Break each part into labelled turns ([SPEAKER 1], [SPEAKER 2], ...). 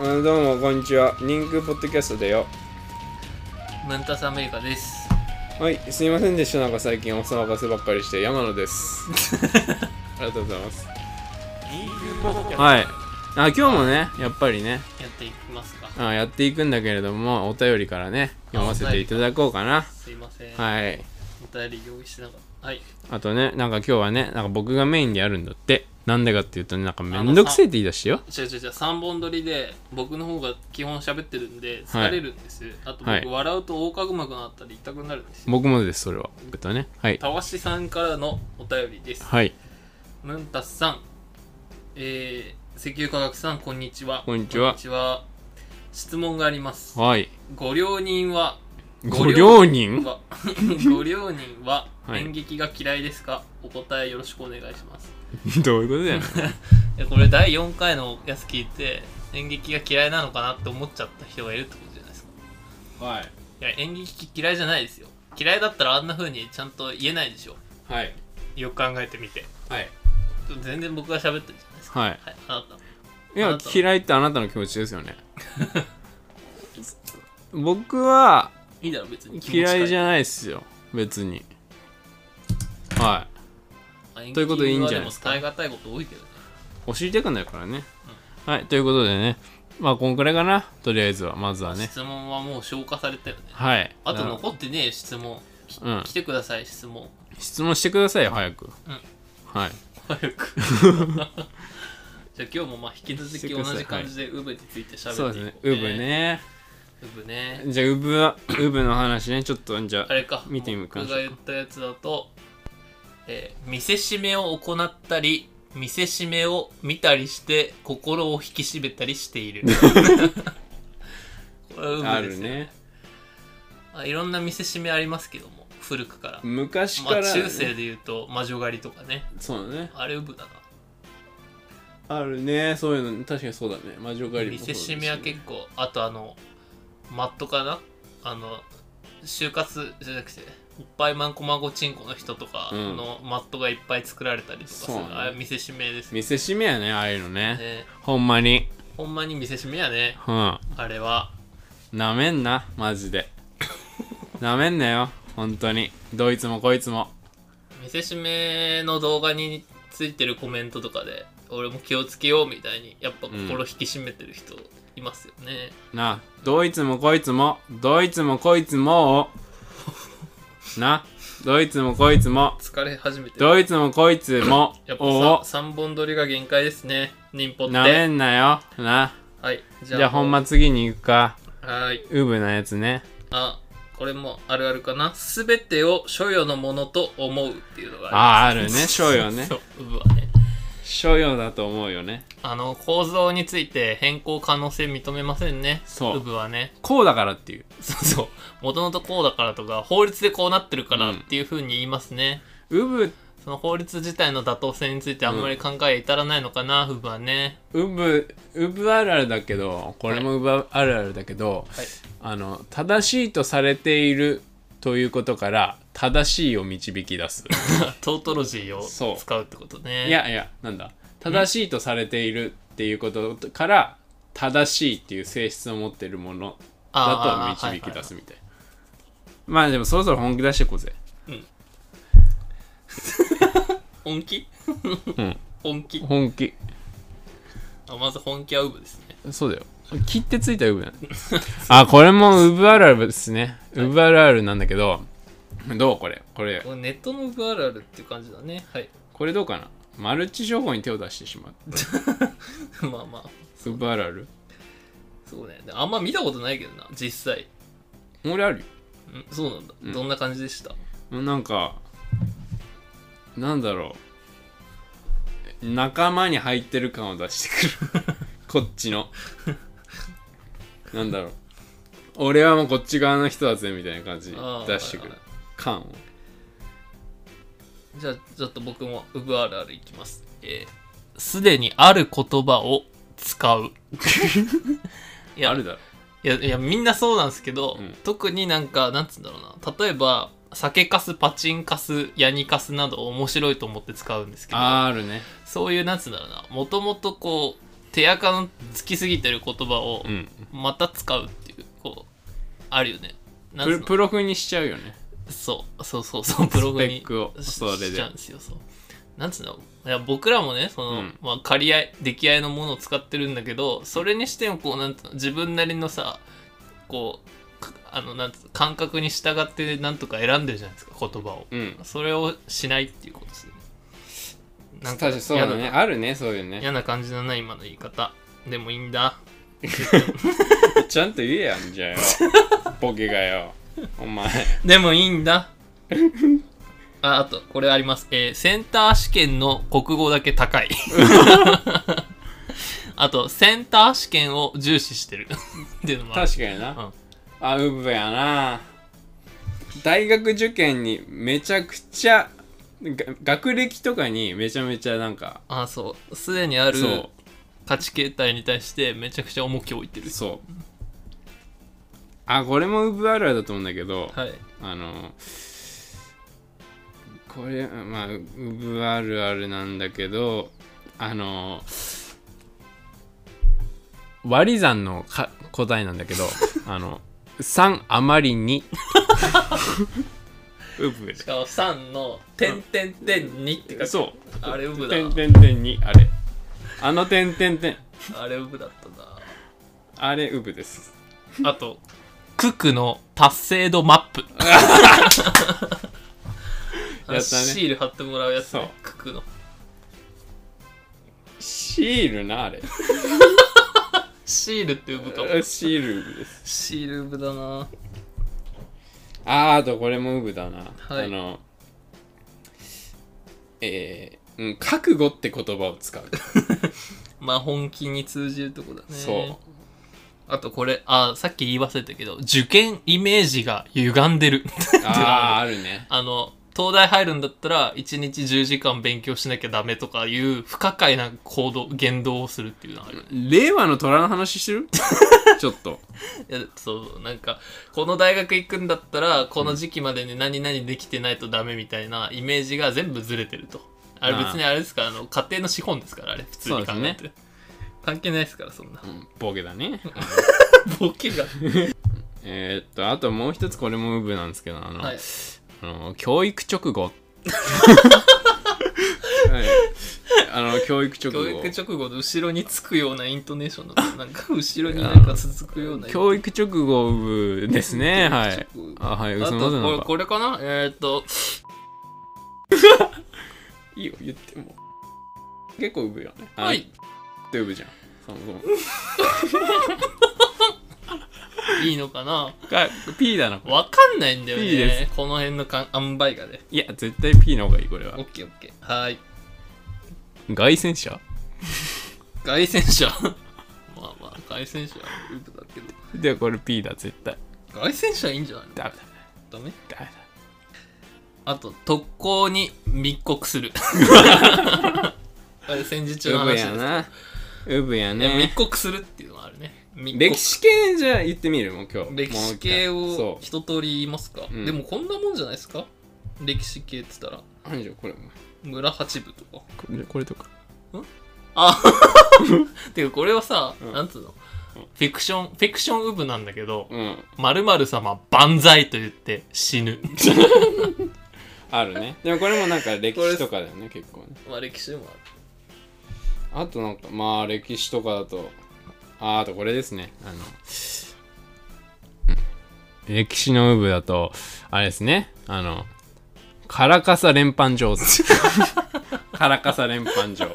[SPEAKER 1] んどうもこんにちは人空ポッドキャストだよ
[SPEAKER 2] ムンタサメイカです。
[SPEAKER 1] はいすいませんでしたなんか最近お騒がせばっかりして山野です ありがとうございますはいあ今日もねやっぱりね
[SPEAKER 2] やっていきますか。
[SPEAKER 1] あやっていくんだけれどもお便りからね読ませていただこうかな
[SPEAKER 2] すいません。
[SPEAKER 1] はい
[SPEAKER 2] お便り用意してなかった。はい。
[SPEAKER 1] あとねなんか今日はねなんか僕がメインでやるんだってなんでかっていうとねなんかめんどくせえって言い出してよ
[SPEAKER 2] 違う違う違う、3本撮りで僕の方が基本喋ってるんで疲れるんです。あと僕、
[SPEAKER 1] はい
[SPEAKER 2] 笑うと横隔膜があったり痛くなるんですよ。
[SPEAKER 1] 僕もですそれはえっとねはい
[SPEAKER 2] たわしさんからのお便りです。
[SPEAKER 1] はい
[SPEAKER 2] ムンタスさん、えー、石油科学さん、こんにちは。
[SPEAKER 1] こんにちは
[SPEAKER 2] は質問があります。
[SPEAKER 1] はい
[SPEAKER 2] ご両人は
[SPEAKER 1] ご両人
[SPEAKER 2] はご両人は
[SPEAKER 1] はい
[SPEAKER 2] 演劇が嫌いですか、お答えよろしくお願いします。
[SPEAKER 1] どういうことだよ
[SPEAKER 2] いやこれ第4回のやつ聞いて演劇が嫌いなのかなって思っちゃった人がいるってことじゃないです か
[SPEAKER 1] はい
[SPEAKER 2] いや演劇嫌いじゃないですよ嫌いだったらあんな風にちゃんと言えないでしょ
[SPEAKER 1] はい
[SPEAKER 2] よく考えてみて
[SPEAKER 1] はい
[SPEAKER 2] 全然僕が喋ってるじゃないですか
[SPEAKER 1] はい
[SPEAKER 2] はいあなた
[SPEAKER 1] い
[SPEAKER 2] あ
[SPEAKER 1] や
[SPEAKER 2] なたは
[SPEAKER 1] 嫌いってあなたの気持ちですよ ね僕はい
[SPEAKER 2] いだろ別に
[SPEAKER 1] 嫌いじ
[SPEAKER 2] ゃ
[SPEAKER 1] ゃないですよ別にはということでいいんじゃないですか
[SPEAKER 2] 耐え難いこと多いけどね
[SPEAKER 1] い教えてくんだからねはいということでねまあこんくらいかなとりあえずはまずはね
[SPEAKER 2] 質問はもう消化されたよね
[SPEAKER 1] はい
[SPEAKER 2] あと
[SPEAKER 1] の
[SPEAKER 2] 残ってねえ質問き
[SPEAKER 1] うん
[SPEAKER 2] 来てください質問
[SPEAKER 1] 質問してくださいよ早くはい
[SPEAKER 2] 早く じゃあ今日もまあ引き続き同じ感じでウブについて
[SPEAKER 1] そ
[SPEAKER 2] 喋
[SPEAKER 1] うで
[SPEAKER 2] って
[SPEAKER 1] す
[SPEAKER 2] い
[SPEAKER 1] ね
[SPEAKER 2] こう
[SPEAKER 1] ウブね
[SPEAKER 2] ウブね
[SPEAKER 1] じゃあウブはウブの話ねちょっとじゃ
[SPEAKER 2] あれか
[SPEAKER 1] 見てみましょうか
[SPEAKER 2] 僕が言ったやつだと、えー見せしめを行ったり見せしめを見たりして心を引き締めたりし ているこれは有
[SPEAKER 1] ああ
[SPEAKER 2] 無で
[SPEAKER 1] る
[SPEAKER 2] すよね
[SPEAKER 1] ね
[SPEAKER 2] あいろんな見せしめありますけども古くから
[SPEAKER 1] 昔
[SPEAKER 2] ま
[SPEAKER 1] か
[SPEAKER 2] あ、
[SPEAKER 1] ら
[SPEAKER 2] 中世で言うと魔女狩りとかね
[SPEAKER 1] そうだね
[SPEAKER 2] あれウブだな
[SPEAKER 1] あるねそういうの確かにそうだね魔女狩りも
[SPEAKER 2] 見
[SPEAKER 1] そうだ
[SPEAKER 2] せしめは結構あとあのマットかなあの就活じゃなくていっぱいマンコマンコチンコの人とか
[SPEAKER 1] うん
[SPEAKER 2] のマットがいっぱい作られたりとかする、
[SPEAKER 1] そうね
[SPEAKER 2] あれ見せしめですね
[SPEAKER 1] 見せしめやねああいうのね
[SPEAKER 2] ね
[SPEAKER 1] ほんまに
[SPEAKER 2] ほんまに見せしめやね
[SPEAKER 1] うん
[SPEAKER 2] あれは
[SPEAKER 1] なめんなマジ でなめんなよ本当にどいつもこいつも
[SPEAKER 2] 見せしめの動画についてるコメントとかで俺も気をつけようみたいにやっぱ心引き締めてる人いますよね、
[SPEAKER 1] などいつもこいつもどいつもこいつも をなどいつもこいつも
[SPEAKER 2] 疲れ始めてる
[SPEAKER 1] どいつもこいつも
[SPEAKER 2] やっ
[SPEAKER 1] を
[SPEAKER 2] ぱさ3本撮りが限界ですね忍法っ
[SPEAKER 1] なめ
[SPEAKER 2] て
[SPEAKER 1] んなよな
[SPEAKER 2] はいじ
[SPEAKER 1] じゃあほんま次に行くか
[SPEAKER 2] はい
[SPEAKER 1] ウブなやつね
[SPEAKER 2] あこれもあるあるかな全てを所与のものと思うっていうの
[SPEAKER 1] あー
[SPEAKER 2] が
[SPEAKER 1] あ
[SPEAKER 2] り
[SPEAKER 1] る
[SPEAKER 2] ま
[SPEAKER 1] ね
[SPEAKER 2] す
[SPEAKER 1] 所与ね
[SPEAKER 2] そううぶはね
[SPEAKER 1] 所用だと思うよね
[SPEAKER 2] あの構造について変更可能性認めませんね
[SPEAKER 1] そう
[SPEAKER 2] 部はね
[SPEAKER 1] こうだからっていう
[SPEAKER 2] そうそうもともとこうだからとか法律でこうなってるから
[SPEAKER 1] う
[SPEAKER 2] っ
[SPEAKER 1] ん
[SPEAKER 2] ていうふうに言いますね、
[SPEAKER 1] ウブ
[SPEAKER 2] その法律自体の妥当性についてあんまり考え至らないのかな、うぶはね
[SPEAKER 1] ウブウブあるあるだけどこれもウブあるあるだけど、
[SPEAKER 2] はい
[SPEAKER 1] あの正しいとされているということから正しいを導き出す
[SPEAKER 2] トートロジー
[SPEAKER 1] そ
[SPEAKER 2] を
[SPEAKER 1] う
[SPEAKER 2] 使うってことね
[SPEAKER 1] いやいやなんだ正しいとされているっていうことから正しいっていう性質を持っているものだ
[SPEAKER 2] あー
[SPEAKER 1] と導き出
[SPEAKER 2] はいはいは
[SPEAKER 1] す
[SPEAKER 2] い
[SPEAKER 1] みたいなまあでもそろそろ本気出していこうぜ
[SPEAKER 2] 本気、
[SPEAKER 1] ん
[SPEAKER 2] 本気
[SPEAKER 1] 本気
[SPEAKER 2] あまず本気はうぶですね
[SPEAKER 1] そうだよ切ってついたウブだねあこれもウブあるあるですねウブあるあるなんだけどどうこれこれ
[SPEAKER 2] これネットのうぶあるあるっていう感じだねはい
[SPEAKER 1] これどうかなマルチ商法に手を出してしまう。
[SPEAKER 2] まあまあ
[SPEAKER 1] ウブあるある
[SPEAKER 2] そうね。あんま見たことないけどな、実際。
[SPEAKER 1] 俺ある
[SPEAKER 2] うん、そうなんだ、
[SPEAKER 1] ん
[SPEAKER 2] どんな感じでした
[SPEAKER 1] よ。なんか、なんだろう。仲間に入ってる感を出してくる。 こっちの。なんだろう。俺はもうこっち側の人だぜみたいな感じ
[SPEAKER 2] あー
[SPEAKER 1] 出してくる
[SPEAKER 2] はいは。
[SPEAKER 1] 感を。
[SPEAKER 2] じゃあ、ちょっと僕もウブあるあるいきます。えーすでにある言葉を 使う。いや
[SPEAKER 1] あるだろ。
[SPEAKER 2] いや、いや、みんなそうなんですけど、
[SPEAKER 1] うん
[SPEAKER 2] 特になんか、なんつうんだろうな。例えば、酒かす、パチンかす、ヤニかすなど面白いと思って使うんですけど、
[SPEAKER 1] あるね。
[SPEAKER 2] そういう、なんつうんだろうな。もともとこう、手垢のつきすぎてる言葉を
[SPEAKER 1] うん
[SPEAKER 2] また使うっていうこうあるよねな
[SPEAKER 1] プ
[SPEAKER 2] んつう
[SPEAKER 1] ロ
[SPEAKER 2] の
[SPEAKER 1] プロフにしちゃうよね
[SPEAKER 2] そうそうそうそうブログ
[SPEAKER 1] ス
[SPEAKER 2] に
[SPEAKER 1] ペックを
[SPEAKER 2] し
[SPEAKER 1] それで
[SPEAKER 2] しちゃうんですよそうなんつうのいや僕らもねその、
[SPEAKER 1] うん
[SPEAKER 2] まあ、借り合い出来合いのものを使ってるんだけどそれにしてもこうなんつうの自分なりのさこうかあのなんつうの感覚に従ってなんとか選んでるじゃないですか言葉を、
[SPEAKER 1] うん
[SPEAKER 2] それをしないっていうことですよねな
[SPEAKER 1] 確
[SPEAKER 2] んか
[SPEAKER 1] かにそうだね
[SPEAKER 2] 嫌な
[SPEAKER 1] あるねそういうね
[SPEAKER 2] 嫌な感じだな今の言い方でもいいんだ
[SPEAKER 1] ちゃんと言えやんじゃあよボケがよお前
[SPEAKER 2] でもいい んだああとこれあります、えーセンター試験の国語だけ 高いあとセンター試験を重視してる っていうのもある
[SPEAKER 1] 確かにな、
[SPEAKER 2] うん
[SPEAKER 1] あうぶやな大学受験にめちゃくちゃが学歴とかにめちゃめちゃなんか
[SPEAKER 2] あそうすでにある
[SPEAKER 1] そ
[SPEAKER 2] 価値形態に対してめちゃくちゃ重きを置いてる
[SPEAKER 1] うそうあこれもうぶあるあるだと思うんだけど、
[SPEAKER 2] はい
[SPEAKER 1] あのこれまあうぶあるあるなんだけどあの割り算のか答えなんだけどあの3余りにうぶ
[SPEAKER 2] しかも3の「点点点2」って書いて
[SPEAKER 1] そう
[SPEAKER 2] あれウブだ
[SPEAKER 1] 点点点にあれあの点点点
[SPEAKER 2] あれウブだったな
[SPEAKER 1] あれウブです
[SPEAKER 2] あと九九の達成度マップ あの
[SPEAKER 1] やったね
[SPEAKER 2] シール貼ってもらうやつね九九の
[SPEAKER 1] シールなあれ
[SPEAKER 2] シールって呼ぶかも。
[SPEAKER 1] シールウブです
[SPEAKER 2] シール部だな。
[SPEAKER 1] あーあとこれもウブだな、
[SPEAKER 2] はい
[SPEAKER 1] あのえーうん、覚悟って言葉を使う、
[SPEAKER 2] まあ本気に通じるとこだね。
[SPEAKER 1] そう
[SPEAKER 2] あとこれ、あ、さっき言い忘れたけど、受験イメージが歪 んでる。
[SPEAKER 1] あああるね
[SPEAKER 2] あの、東大入るんだったら、1日10時間勉強しなきゃダメとかいう不可解な行動、言動をするっていうのがある。
[SPEAKER 1] 令和の虎の話してる ちょっと
[SPEAKER 2] いやそうなんかこの大学行くんだったらこの時期までに何々できてないとダメみたいなイメージが全部ずれてるとあれ
[SPEAKER 1] ああ
[SPEAKER 2] 別にあれですからあの家庭の資本ですからあれ普通に考
[SPEAKER 1] そう
[SPEAKER 2] え
[SPEAKER 1] で
[SPEAKER 2] て、
[SPEAKER 1] す
[SPEAKER 2] 関係ないですからそんな
[SPEAKER 1] うんボケだね
[SPEAKER 2] ボケが
[SPEAKER 1] えーっとあともう一つこれもウブなんですけどあの、
[SPEAKER 2] はい
[SPEAKER 1] あの教育直 後はいあの教育直後
[SPEAKER 2] 教育直後の後ろにつくようなイントネーションのなんか後ろになんか続くような
[SPEAKER 1] 教育直後部ですね。はい。
[SPEAKER 2] 教育直後
[SPEAKER 1] あ、はい。
[SPEAKER 2] あ
[SPEAKER 1] 嘘のな
[SPEAKER 2] とこ
[SPEAKER 1] の
[SPEAKER 2] れ
[SPEAKER 1] か。
[SPEAKER 2] これかなえー、っと
[SPEAKER 1] いいよ、言っても。結構うぶよね。
[SPEAKER 2] は
[SPEAKER 1] っ
[SPEAKER 2] い
[SPEAKER 1] てうぶじゃん。そも
[SPEAKER 2] いいのかな
[SPEAKER 1] そも。が、P だな、これ。
[SPEAKER 2] わかんないんだよね
[SPEAKER 1] いいで
[SPEAKER 2] この辺のかん塩梅がね
[SPEAKER 1] いや、絶対 P の方がいい、これは
[SPEAKER 2] オッ。ケーオッケーはい
[SPEAKER 1] 外旋車
[SPEAKER 2] 外旋車 まあまあ外旋車はウブだけど
[SPEAKER 1] ではこれ P だ、絶対。
[SPEAKER 2] 外旋車いいんじゃないの
[SPEAKER 1] ダメ
[SPEAKER 2] ダメ
[SPEAKER 1] だ、ダメだ。
[SPEAKER 2] あと特攻に密告するあれ戦時中の
[SPEAKER 1] うぶ
[SPEAKER 2] 話
[SPEAKER 1] や
[SPEAKER 2] です
[SPEAKER 1] な。うぶや
[SPEAKER 2] いや
[SPEAKER 1] ね
[SPEAKER 2] 密。告するっていうのはあるね密告
[SPEAKER 1] 歴史系じゃあ言ってみるもう今日。
[SPEAKER 2] 歴史系
[SPEAKER 1] もう一回そ
[SPEAKER 2] を一通り言いますか、
[SPEAKER 1] うん
[SPEAKER 2] でもこんなもんじゃないですか歴史系って言ったら
[SPEAKER 1] う。何じゃ、これ。こ
[SPEAKER 2] 村八部とか
[SPEAKER 1] れこれとか。
[SPEAKER 2] あてかこれはさ、
[SPEAKER 1] うん
[SPEAKER 2] なんつうの
[SPEAKER 1] うん
[SPEAKER 2] フィクションフィクションウブなんだけど
[SPEAKER 1] うん。
[SPEAKER 2] 〇〇様万歳と言って 死ぬ
[SPEAKER 1] あるね。でもこれもなんか歴史とかだよね、結構ね。
[SPEAKER 2] まあ歴史でもある
[SPEAKER 1] あとなんかまあ歴史とかだとああとこれですねあのうん歴史の有無だとあれですねあのカラカサ連番上手 カラカサ連番上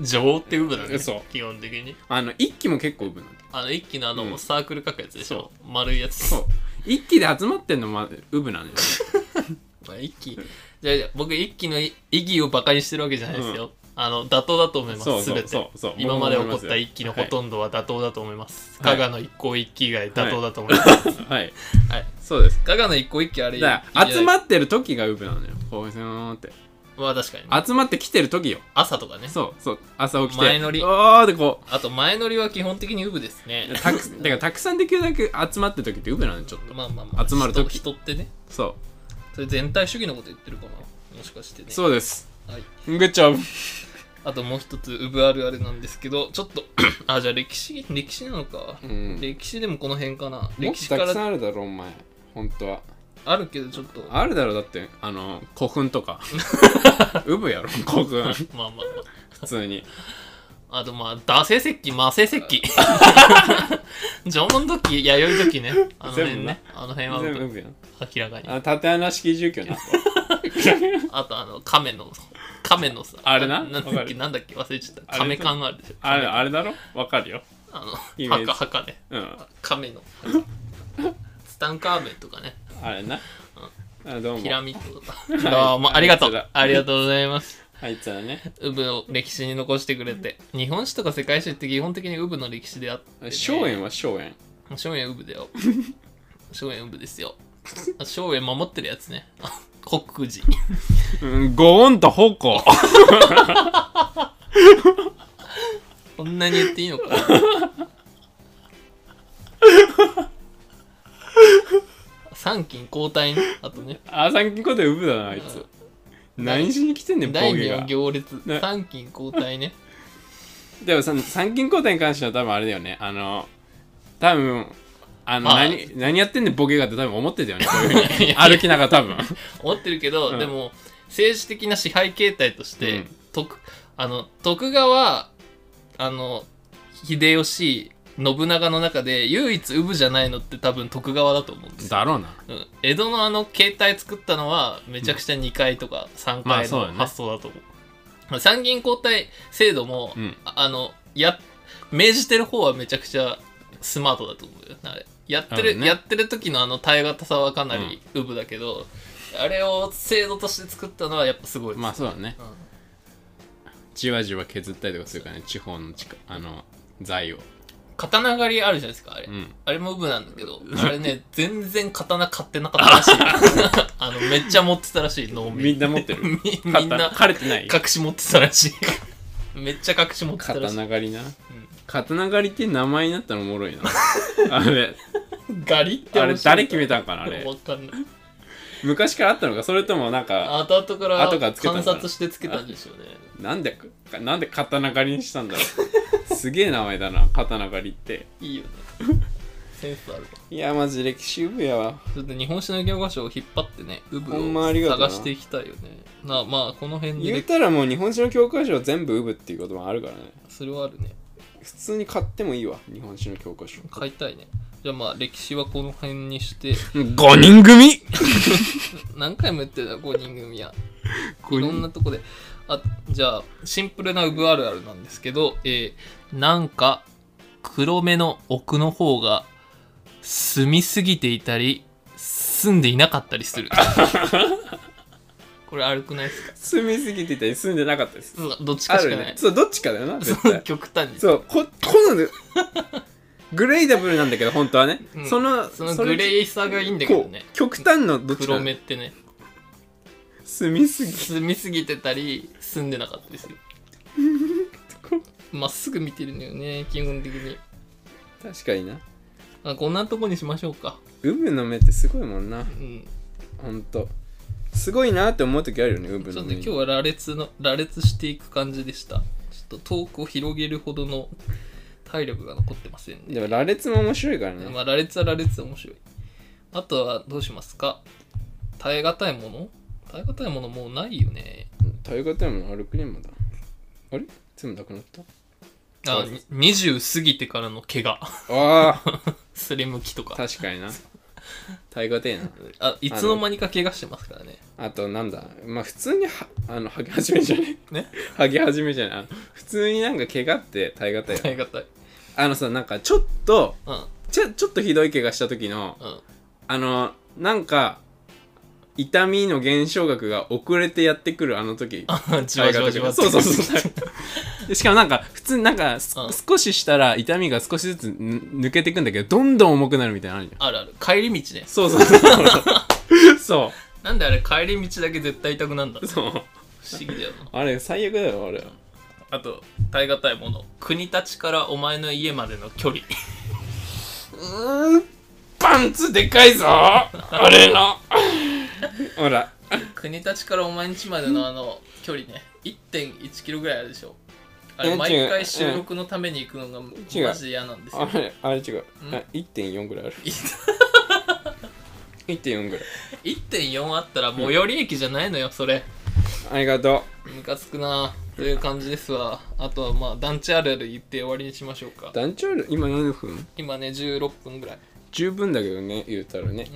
[SPEAKER 2] 女王ってウブだね
[SPEAKER 1] そう
[SPEAKER 2] 基本的に
[SPEAKER 1] あの一期も結構有無なんだよ
[SPEAKER 2] あの一気のあの、
[SPEAKER 1] うん
[SPEAKER 2] サークル書くやつでしょ丸いやつ
[SPEAKER 1] そう一期で集まってんのも有無なんだよね
[SPEAKER 2] まあ一気じゃあじゃあ僕一気の意義をバカにしてるわけじゃないですよ、あの妥当だと 思いま
[SPEAKER 1] そうそ
[SPEAKER 2] すす
[SPEAKER 1] う
[SPEAKER 2] べて
[SPEAKER 1] そうそう
[SPEAKER 2] 今まで起こ
[SPEAKER 1] 僕も思いま
[SPEAKER 2] った
[SPEAKER 1] すよ
[SPEAKER 2] 一気のほとんどは妥当だと思います、
[SPEAKER 1] はい
[SPEAKER 2] 加賀の一向一揆以外妥当だと思います、
[SPEAKER 1] はい
[SPEAKER 2] はい
[SPEAKER 1] そうです
[SPEAKER 2] 加賀の一向一揆あれ
[SPEAKER 1] だから集ま
[SPEAKER 2] っ
[SPEAKER 1] ってる時が有無なのよこうせーって
[SPEAKER 2] まあ確かに、ね、
[SPEAKER 1] 集まってきてる時よ
[SPEAKER 2] 朝とかね
[SPEAKER 1] そうそう朝起きて
[SPEAKER 2] 前乗り
[SPEAKER 1] おーってこう
[SPEAKER 2] あと前乗りは基本的にウブですね
[SPEAKER 1] たく だからたくさんできるだけ集まってる時ってウブなんでちょっと
[SPEAKER 2] まあまあまあ
[SPEAKER 1] 集まる時
[SPEAKER 2] 人人ってね
[SPEAKER 1] そ
[SPEAKER 2] それ全体主義のこと言ってるかなもしかしてね
[SPEAKER 1] うそうです
[SPEAKER 2] はい
[SPEAKER 1] グッジョブ
[SPEAKER 2] あともう一つウブあるあるなんですけどちょっと あじゃあ歴史歴史なのか、
[SPEAKER 1] うん
[SPEAKER 2] 歴史でもこの辺かな
[SPEAKER 1] もっ
[SPEAKER 2] 歴史
[SPEAKER 1] と
[SPEAKER 2] か
[SPEAKER 1] たくさん
[SPEAKER 2] ら
[SPEAKER 1] あるだろお前本当は
[SPEAKER 2] あるけどちょっと
[SPEAKER 1] あるだろだってあの古墳と かうぶやろ古墳
[SPEAKER 2] まあまあま
[SPEAKER 1] 普通に
[SPEAKER 2] ああとまあ打製石器魔製 石器縄文土器弥生土器ねあの辺
[SPEAKER 1] 全部な
[SPEAKER 2] ねあの辺は
[SPEAKER 1] 全部うぶやん
[SPEAKER 2] 明らかに
[SPEAKER 1] あ縦穴式住 居な
[SPEAKER 2] あとあの亀の亀のさ
[SPEAKER 1] あれな
[SPEAKER 2] なんだ
[SPEAKER 1] わか
[SPEAKER 2] っけ
[SPEAKER 1] る
[SPEAKER 2] なんだっけ忘れちゃった
[SPEAKER 1] あれ
[SPEAKER 2] 亀感あるでしょ
[SPEAKER 1] あれあれだろわかるよ
[SPEAKER 2] あ
[SPEAKER 1] イ
[SPEAKER 2] の
[SPEAKER 1] メージ
[SPEAKER 2] 墓墓ね
[SPEAKER 1] うん
[SPEAKER 2] 亀 のツタンカーメンとかね
[SPEAKER 1] あれなあどうも
[SPEAKER 2] ピラミッドとか
[SPEAKER 1] い
[SPEAKER 2] どうもありがと
[SPEAKER 1] あいつ
[SPEAKER 2] う
[SPEAKER 1] ら
[SPEAKER 2] ありがとうございます
[SPEAKER 1] あいつらね
[SPEAKER 2] ウブを歴史に残してくれて日本史とか世界史って基本的にウブの歴史であって、ね、
[SPEAKER 1] 荘園は荘園
[SPEAKER 2] 松園ウブだよ 松園ウブですよあ松園守ってるやつね あ国寺
[SPEAKER 1] うんご恩と奉 公
[SPEAKER 2] こんなに言ってい いのか三金交代ねあとね
[SPEAKER 1] あさんきこでうぶだなあいつ何しに来てんねんボ
[SPEAKER 2] 第
[SPEAKER 1] ゲ
[SPEAKER 2] 二の
[SPEAKER 1] が
[SPEAKER 2] 行列
[SPEAKER 1] ね
[SPEAKER 2] 三金交 代ね
[SPEAKER 1] でもさ参勤交代に関しては多分あれだよねあの多分あの、
[SPEAKER 2] まあ
[SPEAKER 1] 何何やってんねんボケがって多分思ってたよねそういうふう
[SPEAKER 2] い
[SPEAKER 1] に
[SPEAKER 2] や
[SPEAKER 1] 歩きながら多分
[SPEAKER 2] 思ってるけど、
[SPEAKER 1] うん
[SPEAKER 2] でも政治的な支配形態として、
[SPEAKER 1] うん
[SPEAKER 2] 徳あの徳川あの秀吉信長の中で唯一ウブじゃないのって多分徳川だと思うんですよ、
[SPEAKER 1] だろうな
[SPEAKER 2] うん江戸のあの携帯作ったのはめちゃくちゃ2階とか3
[SPEAKER 1] まあ
[SPEAKER 2] 階
[SPEAKER 1] そうだ
[SPEAKER 2] の
[SPEAKER 1] よね
[SPEAKER 2] 発想だと思う,、参議院交代制度も、
[SPEAKER 1] うん
[SPEAKER 2] ああのや命じてる方はめちゃくちゃスマートだと思うよあれやって
[SPEAKER 1] あ
[SPEAKER 2] る、
[SPEAKER 1] のね
[SPEAKER 2] やってる時のあの耐え難さはかなりウブだけど、あれを制度として作ったのはやっぱすごいです、
[SPEAKER 1] まあそうだね
[SPEAKER 2] うん
[SPEAKER 1] じわじわ削ったりとかするからね地方の地下あの財を
[SPEAKER 2] 刀狩りあるじゃないですかあれ、
[SPEAKER 1] うん
[SPEAKER 2] あれもウブなんだけどあれね全然刀買ってなか ったらしいあのめっちゃ持ってたらしい農民
[SPEAKER 1] みんな持ってる
[SPEAKER 2] みみん
[SPEAKER 1] 刀
[SPEAKER 2] な
[SPEAKER 1] 枯れてない
[SPEAKER 2] 隠し持ってたらしい めっちゃ隠し持ってたらしい
[SPEAKER 1] 刀狩りな刀狩りって名前になったのおもろいなあれ
[SPEAKER 2] ガリって
[SPEAKER 1] あれ誰決
[SPEAKER 2] め
[SPEAKER 1] めたんかなあれ
[SPEAKER 2] 分かんない
[SPEAKER 1] 昔からあったのかそれともなんか
[SPEAKER 2] 後々から
[SPEAKER 1] 後からつけたん
[SPEAKER 2] 観
[SPEAKER 1] だ
[SPEAKER 2] 察してつけたんですよね
[SPEAKER 1] なんでかなんで刀狩りにしたんだろ うすげえ名前だな刀狩りって
[SPEAKER 2] いいよねセンスあるわ
[SPEAKER 1] いやマジ歴史部やわ
[SPEAKER 2] ちょっと日本史の教科書を引っ張ってねウブ
[SPEAKER 1] ほんまあり
[SPEAKER 2] を
[SPEAKER 1] がとうな
[SPEAKER 2] 探していきたいよねなまあこの辺
[SPEAKER 1] 言う
[SPEAKER 2] で
[SPEAKER 1] たらもう日本史の教科書は全部ウブっていうこともあるからね
[SPEAKER 2] それはあるね
[SPEAKER 1] 普通に買ってもいいわ日本史の教科書
[SPEAKER 2] 買いたいねじゃあまあ歴史はこの辺にして
[SPEAKER 1] 5人組
[SPEAKER 2] 何回も言ってるな5人組はいいろんなとこであじゃあシンプルなウブあるあるなんですけど、えーなんか黒目の奥の方が住みすぎていたり住んでいなかった りするこれ悪くないですか
[SPEAKER 1] 住みすぎてたり住んでなかったです
[SPEAKER 2] そうどっち
[SPEAKER 1] あ
[SPEAKER 2] かし
[SPEAKER 1] る
[SPEAKER 2] か
[SPEAKER 1] よ
[SPEAKER 2] ない、
[SPEAKER 1] ねそうどっちかだよな絶
[SPEAKER 2] そう
[SPEAKER 1] 対
[SPEAKER 2] 極端に
[SPEAKER 1] そうここ のグレイダブルなんだけど本当はね、
[SPEAKER 2] うん
[SPEAKER 1] その
[SPEAKER 2] そのグレイさがいいんだけどね
[SPEAKER 1] こう極端のどっちか
[SPEAKER 2] 黒目ってね
[SPEAKER 1] 住みすぎ
[SPEAKER 2] 住みすぎてたり住んでなかったりするまっすぐ見てるんだよね基本的に
[SPEAKER 1] 確かにな
[SPEAKER 2] あこんなとこにしましょうか
[SPEAKER 1] ウブの目ってすごいもんな
[SPEAKER 2] うん
[SPEAKER 1] ほんとすごいなって思う時あるよねウブ
[SPEAKER 2] ちょ
[SPEAKER 1] の
[SPEAKER 2] っと
[SPEAKER 1] 目
[SPEAKER 2] 今日は羅列の羅列していく感じでした。ちょっとトークを広げるほどの体力が残ってませんね。
[SPEAKER 1] でも羅列も面白いからね、
[SPEAKER 2] まあ羅列は羅列で面白い。あとはどうしますか耐え難いもの耐え難いものもうないよね。
[SPEAKER 1] ということでも歩くねもだあれ全部なくなっ たそ
[SPEAKER 2] あ
[SPEAKER 1] うで
[SPEAKER 2] に20過ぎてからの怪我。
[SPEAKER 1] ああ
[SPEAKER 2] すりむきとか。
[SPEAKER 1] 確かにな太鼓てえな
[SPEAKER 2] あいつの間にか怪我してますからね。
[SPEAKER 1] あとなんだまあ普通にはあのハゲ始めじゃ ない
[SPEAKER 2] ね
[SPEAKER 1] ハゲ始めじゃないあの普通になんか怪我って耐え難いよ
[SPEAKER 2] 耐え
[SPEAKER 1] ね
[SPEAKER 2] 難い。
[SPEAKER 1] あのさなんかちょっと
[SPEAKER 2] うん
[SPEAKER 1] ちょちょっとひどい怪我した時の
[SPEAKER 2] うん。
[SPEAKER 1] あのなんか痛みの減少額が遅れてやってくるあの時
[SPEAKER 2] あじわじわじわ
[SPEAKER 1] そうそうそうでしかもなんか普通になんかす、
[SPEAKER 2] うん
[SPEAKER 1] 少ししたら痛みが少しずつぬ抜けてくんだけどどんどん重くなるみたいなのあるじゃん
[SPEAKER 2] あるある。帰り道ね。
[SPEAKER 1] そうそう そうそ
[SPEAKER 2] なんであれ帰り道だけ絶対痛くなんだ
[SPEAKER 1] う
[SPEAKER 2] ろう
[SPEAKER 1] そう
[SPEAKER 2] 不思議だよな。
[SPEAKER 1] あれ最悪だよあれ
[SPEAKER 2] あと耐え難いもの国立からお前の家までの距 離
[SPEAKER 1] うーんパンツでかいぞあれのほら
[SPEAKER 2] 国立からお前ん家までのあの距離ね1.1キロぐらいあるでしょあれ
[SPEAKER 1] え
[SPEAKER 2] 毎
[SPEAKER 1] 違う
[SPEAKER 2] 回収録のために行くのが
[SPEAKER 1] う
[SPEAKER 2] マジで嫌なんですよ
[SPEAKER 1] あれあれ違う
[SPEAKER 2] うん
[SPEAKER 1] あ1.4ぐらいある1.4ぐらい
[SPEAKER 2] 1.4あったら最寄り駅じゃないのよそれ
[SPEAKER 1] ありがと
[SPEAKER 2] ムカつくなという感じですわあとはまあ団地あるある言って終わりにしましょうか
[SPEAKER 1] う団長今何分
[SPEAKER 2] 今ね16分ぐらい、
[SPEAKER 1] 十分だけどね言うたらね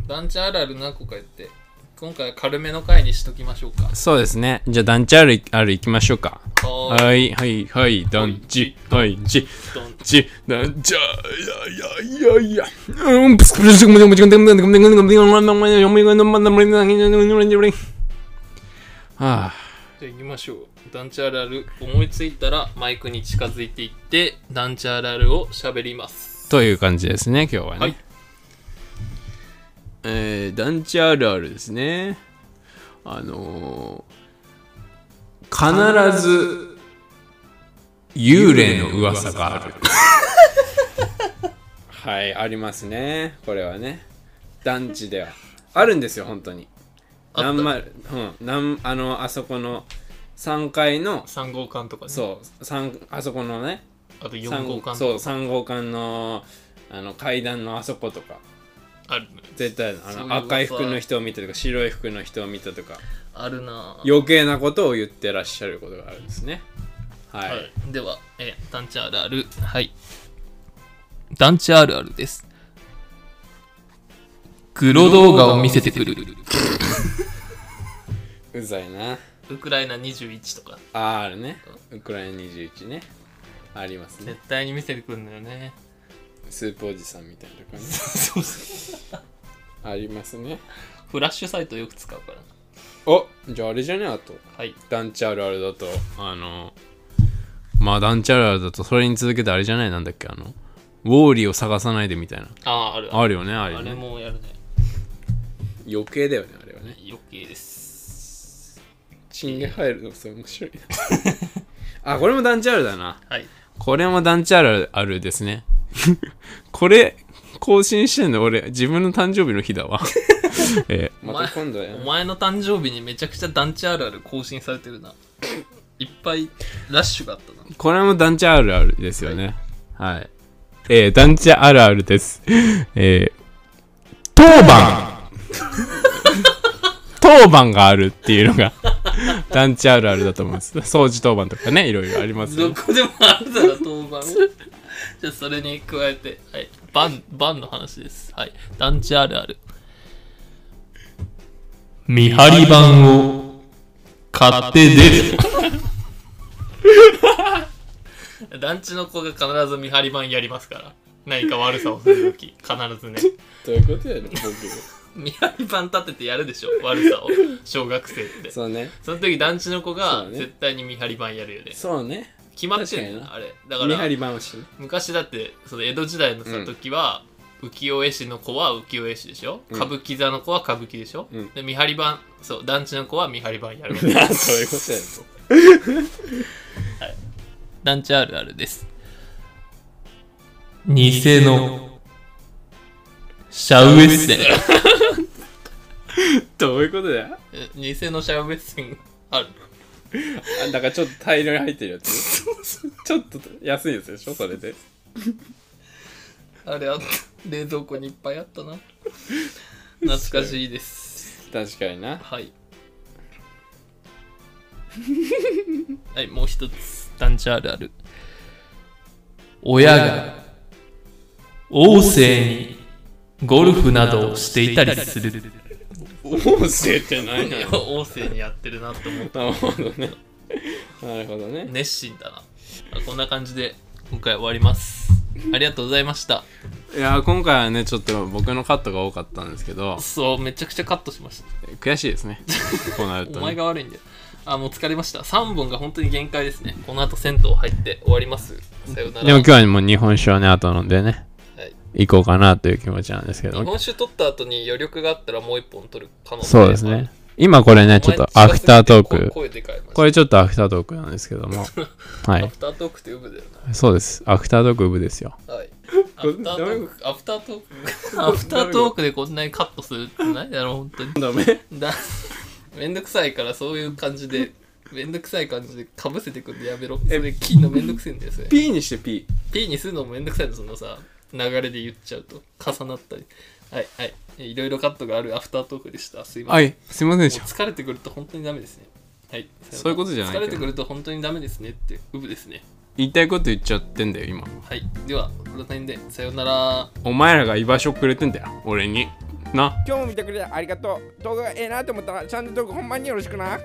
[SPEAKER 2] うん、団地あるある何個か言って今回は軽めの回にしときましょうか
[SPEAKER 1] そうですねじゃあ団地あるある行きましょうか
[SPEAKER 2] はーい
[SPEAKER 1] はいはいはい団地はい地
[SPEAKER 2] どん
[SPEAKER 1] ち、なんちゃ、いやいやいやいや。うん、プスプスプスプスプスプスプスプスプスプスプスプスプスプスプスプスプスプスはあ、
[SPEAKER 2] じゃあ行きましょう団地あるある思いついたらマイクに近づいていって団地あるあるを喋ります
[SPEAKER 1] という感じですね、今日はね。
[SPEAKER 2] はい
[SPEAKER 1] えー、団地あるあるですね。あのー、必ず幽霊の噂があ る。はい、ありますね。これはね。団地では。あるんですよ、本当に。
[SPEAKER 2] あった
[SPEAKER 1] 何まうん、なんあの、あそこの3階の、
[SPEAKER 2] 3号館とかね
[SPEAKER 1] そう、三あそこのね、
[SPEAKER 2] あと
[SPEAKER 1] 三
[SPEAKER 2] 4号館
[SPEAKER 1] そ
[SPEAKER 2] と
[SPEAKER 1] う、3号館のあの階段のあそことか、
[SPEAKER 2] かあるのよ
[SPEAKER 1] 絶対あ
[SPEAKER 2] そういう
[SPEAKER 1] の
[SPEAKER 2] 噂
[SPEAKER 1] 赤い服の人を見たとか、白い服の人を見たとか、
[SPEAKER 2] あるなぁ
[SPEAKER 1] 余計なことを言ってらっしゃることがあるんですね。はい。
[SPEAKER 2] はい、では、えー団地あるあるはい団地あるあるです黒動画を見せてくる
[SPEAKER 1] うざいな。
[SPEAKER 2] ウクライナ21とか
[SPEAKER 1] R ね。ウクライナ21ね。ありますね
[SPEAKER 2] 絶。対に見せてくるんだよね
[SPEAKER 1] スープおじさんみたいな感じ。
[SPEAKER 2] そうそう
[SPEAKER 1] ありますね。
[SPEAKER 2] フラッシュサイトよく使うからな
[SPEAKER 1] おじゃああれじゃねあと。
[SPEAKER 2] はい
[SPEAKER 1] 団地あるあるだとあのまあ団地あるあるだとそれに続けてあれじゃないなんだっけあのウォーリーを探さないでみたいな
[SPEAKER 2] あああるある
[SPEAKER 1] あるよねあ
[SPEAKER 2] あ
[SPEAKER 1] れ
[SPEAKER 2] れ
[SPEAKER 1] ね
[SPEAKER 2] もやるね
[SPEAKER 1] 余計だよねあれはね
[SPEAKER 2] 余計です
[SPEAKER 1] チンゲ入るのそれ面白いな あこれも団地あるだな
[SPEAKER 2] はい
[SPEAKER 1] これも団地あるあるですね これ更新してんの俺自分の誕生日の日だ わ、えー、
[SPEAKER 2] お前
[SPEAKER 1] また今度や
[SPEAKER 2] お前の誕生日にめちゃくちゃ団地あるある更新されてる ないっぱいラッシュがあったな
[SPEAKER 1] これも団地あるあるですよね。はい。えー、団地あるあるです。えー、当 番当番があるっていうのが団地あるあるだと思います。掃除当番とかね、いろいろありますよ
[SPEAKER 2] ど
[SPEAKER 1] ね。
[SPEAKER 2] こでもあるだろ当番 じゃあそれに加えてはいバンバンの話ですはい団地あるある見張り番を買って出る団地の子が必ず見張り番やりますから何か悪さをするとき必ず ね
[SPEAKER 1] どういうことやね僕。
[SPEAKER 2] 見張り番立ててやるでしょ悪さを小学生って
[SPEAKER 1] そうね。
[SPEAKER 2] その時団地の子
[SPEAKER 1] そ
[SPEAKER 2] が
[SPEAKER 1] うね
[SPEAKER 2] 絶対に見張り番やるよね
[SPEAKER 1] そうね。
[SPEAKER 2] 決まって
[SPEAKER 1] 確
[SPEAKER 2] る
[SPEAKER 1] かにな
[SPEAKER 2] あれだか
[SPEAKER 1] 見
[SPEAKER 2] ら
[SPEAKER 1] 張り番をしてね。
[SPEAKER 2] 昔だってその江戸時代のさ、
[SPEAKER 1] うん
[SPEAKER 2] 時は浮世絵師の子は浮世絵師でしょ、
[SPEAKER 1] うん
[SPEAKER 2] 歌舞伎座の子は歌舞伎でしょ、
[SPEAKER 1] うん
[SPEAKER 2] で見張り番そう団地の子は見張り番やる
[SPEAKER 1] そういうことやね
[SPEAKER 2] 団地あるあるです偽のシャウエッセン
[SPEAKER 1] どういうことだよ
[SPEAKER 2] 偽のシャウエッセンある
[SPEAKER 1] あだからちょっと大量に入ってるやつ。ちょっと安いやつでしょそれで。
[SPEAKER 2] あれあった冷蔵庫にいっぱいあったな懐かしいです
[SPEAKER 1] 確かにな。
[SPEAKER 2] はい はいもう一つ団地あるある親が旺盛にゴルフなどをしていたりする
[SPEAKER 1] 音声ってないのよ。
[SPEAKER 2] 旺盛にやってるなって思っ
[SPEAKER 1] なるほどね。なるほどね。
[SPEAKER 2] 熱心だなあこんな感じで今回終わりますありがとうございました
[SPEAKER 1] いやー、今回はね、ちょっと僕のカットが多かったんですけど、
[SPEAKER 2] そうめちゃくちゃカットしました
[SPEAKER 1] 悔しいです ね。こうなる
[SPEAKER 2] お
[SPEAKER 1] と、
[SPEAKER 2] 前
[SPEAKER 1] ね。
[SPEAKER 2] が悪いんだよ。あ、もう疲れました。3本が本当に限界ですね。この後銭湯入って終わります。さようなら。
[SPEAKER 1] でも今日はもう日本酒をね、後飲んでね、
[SPEAKER 2] はい
[SPEAKER 1] 行こうかなという気持ちなんですけ
[SPEAKER 2] 日
[SPEAKER 1] ど、
[SPEAKER 2] 本酒取った後に余力があったらもう1本取る可能性
[SPEAKER 1] そうですね。。今これね、ちょっとアフタートーク、
[SPEAKER 2] 声でかいマジで
[SPEAKER 1] これちょっとアフタートークなんですけど も、は
[SPEAKER 2] ア
[SPEAKER 1] い
[SPEAKER 2] フ、タートークって呼ぶだよ
[SPEAKER 1] そうです。アフタートーク部ですよ。
[SPEAKER 2] な。はい。アフタートーク、アフタートーク、アフタートークでこんなにカットするってないだろ、本当に。
[SPEAKER 1] ダメ
[SPEAKER 2] だめんどくさいからそういう感じでめんどくさい感じでかぶせてくんでやめろそれ切るのめんどくせえんだよそれ
[SPEAKER 1] P にして P
[SPEAKER 2] P にするのもめんどくさいのそのさ流れで言っちゃうと重なったりはいはいえいろいろカットがあるアフタートークでしたすいません、
[SPEAKER 1] はいすいませんでし
[SPEAKER 2] も
[SPEAKER 1] た
[SPEAKER 2] う疲れてくると本当にダメですねはい
[SPEAKER 1] そういうことじゃないけ
[SPEAKER 2] 疲
[SPEAKER 1] ど
[SPEAKER 2] れてくると本当にダメですねってウブですね
[SPEAKER 1] 言いたいこと言っちゃってんだよ今
[SPEAKER 2] はいではこの辺でさようなら
[SPEAKER 1] お前らが居場所くれてんだよ俺にな
[SPEAKER 3] 今日も見てくれてありがとう動画がええなと思ったらチャンネル登録ほんまによろしくな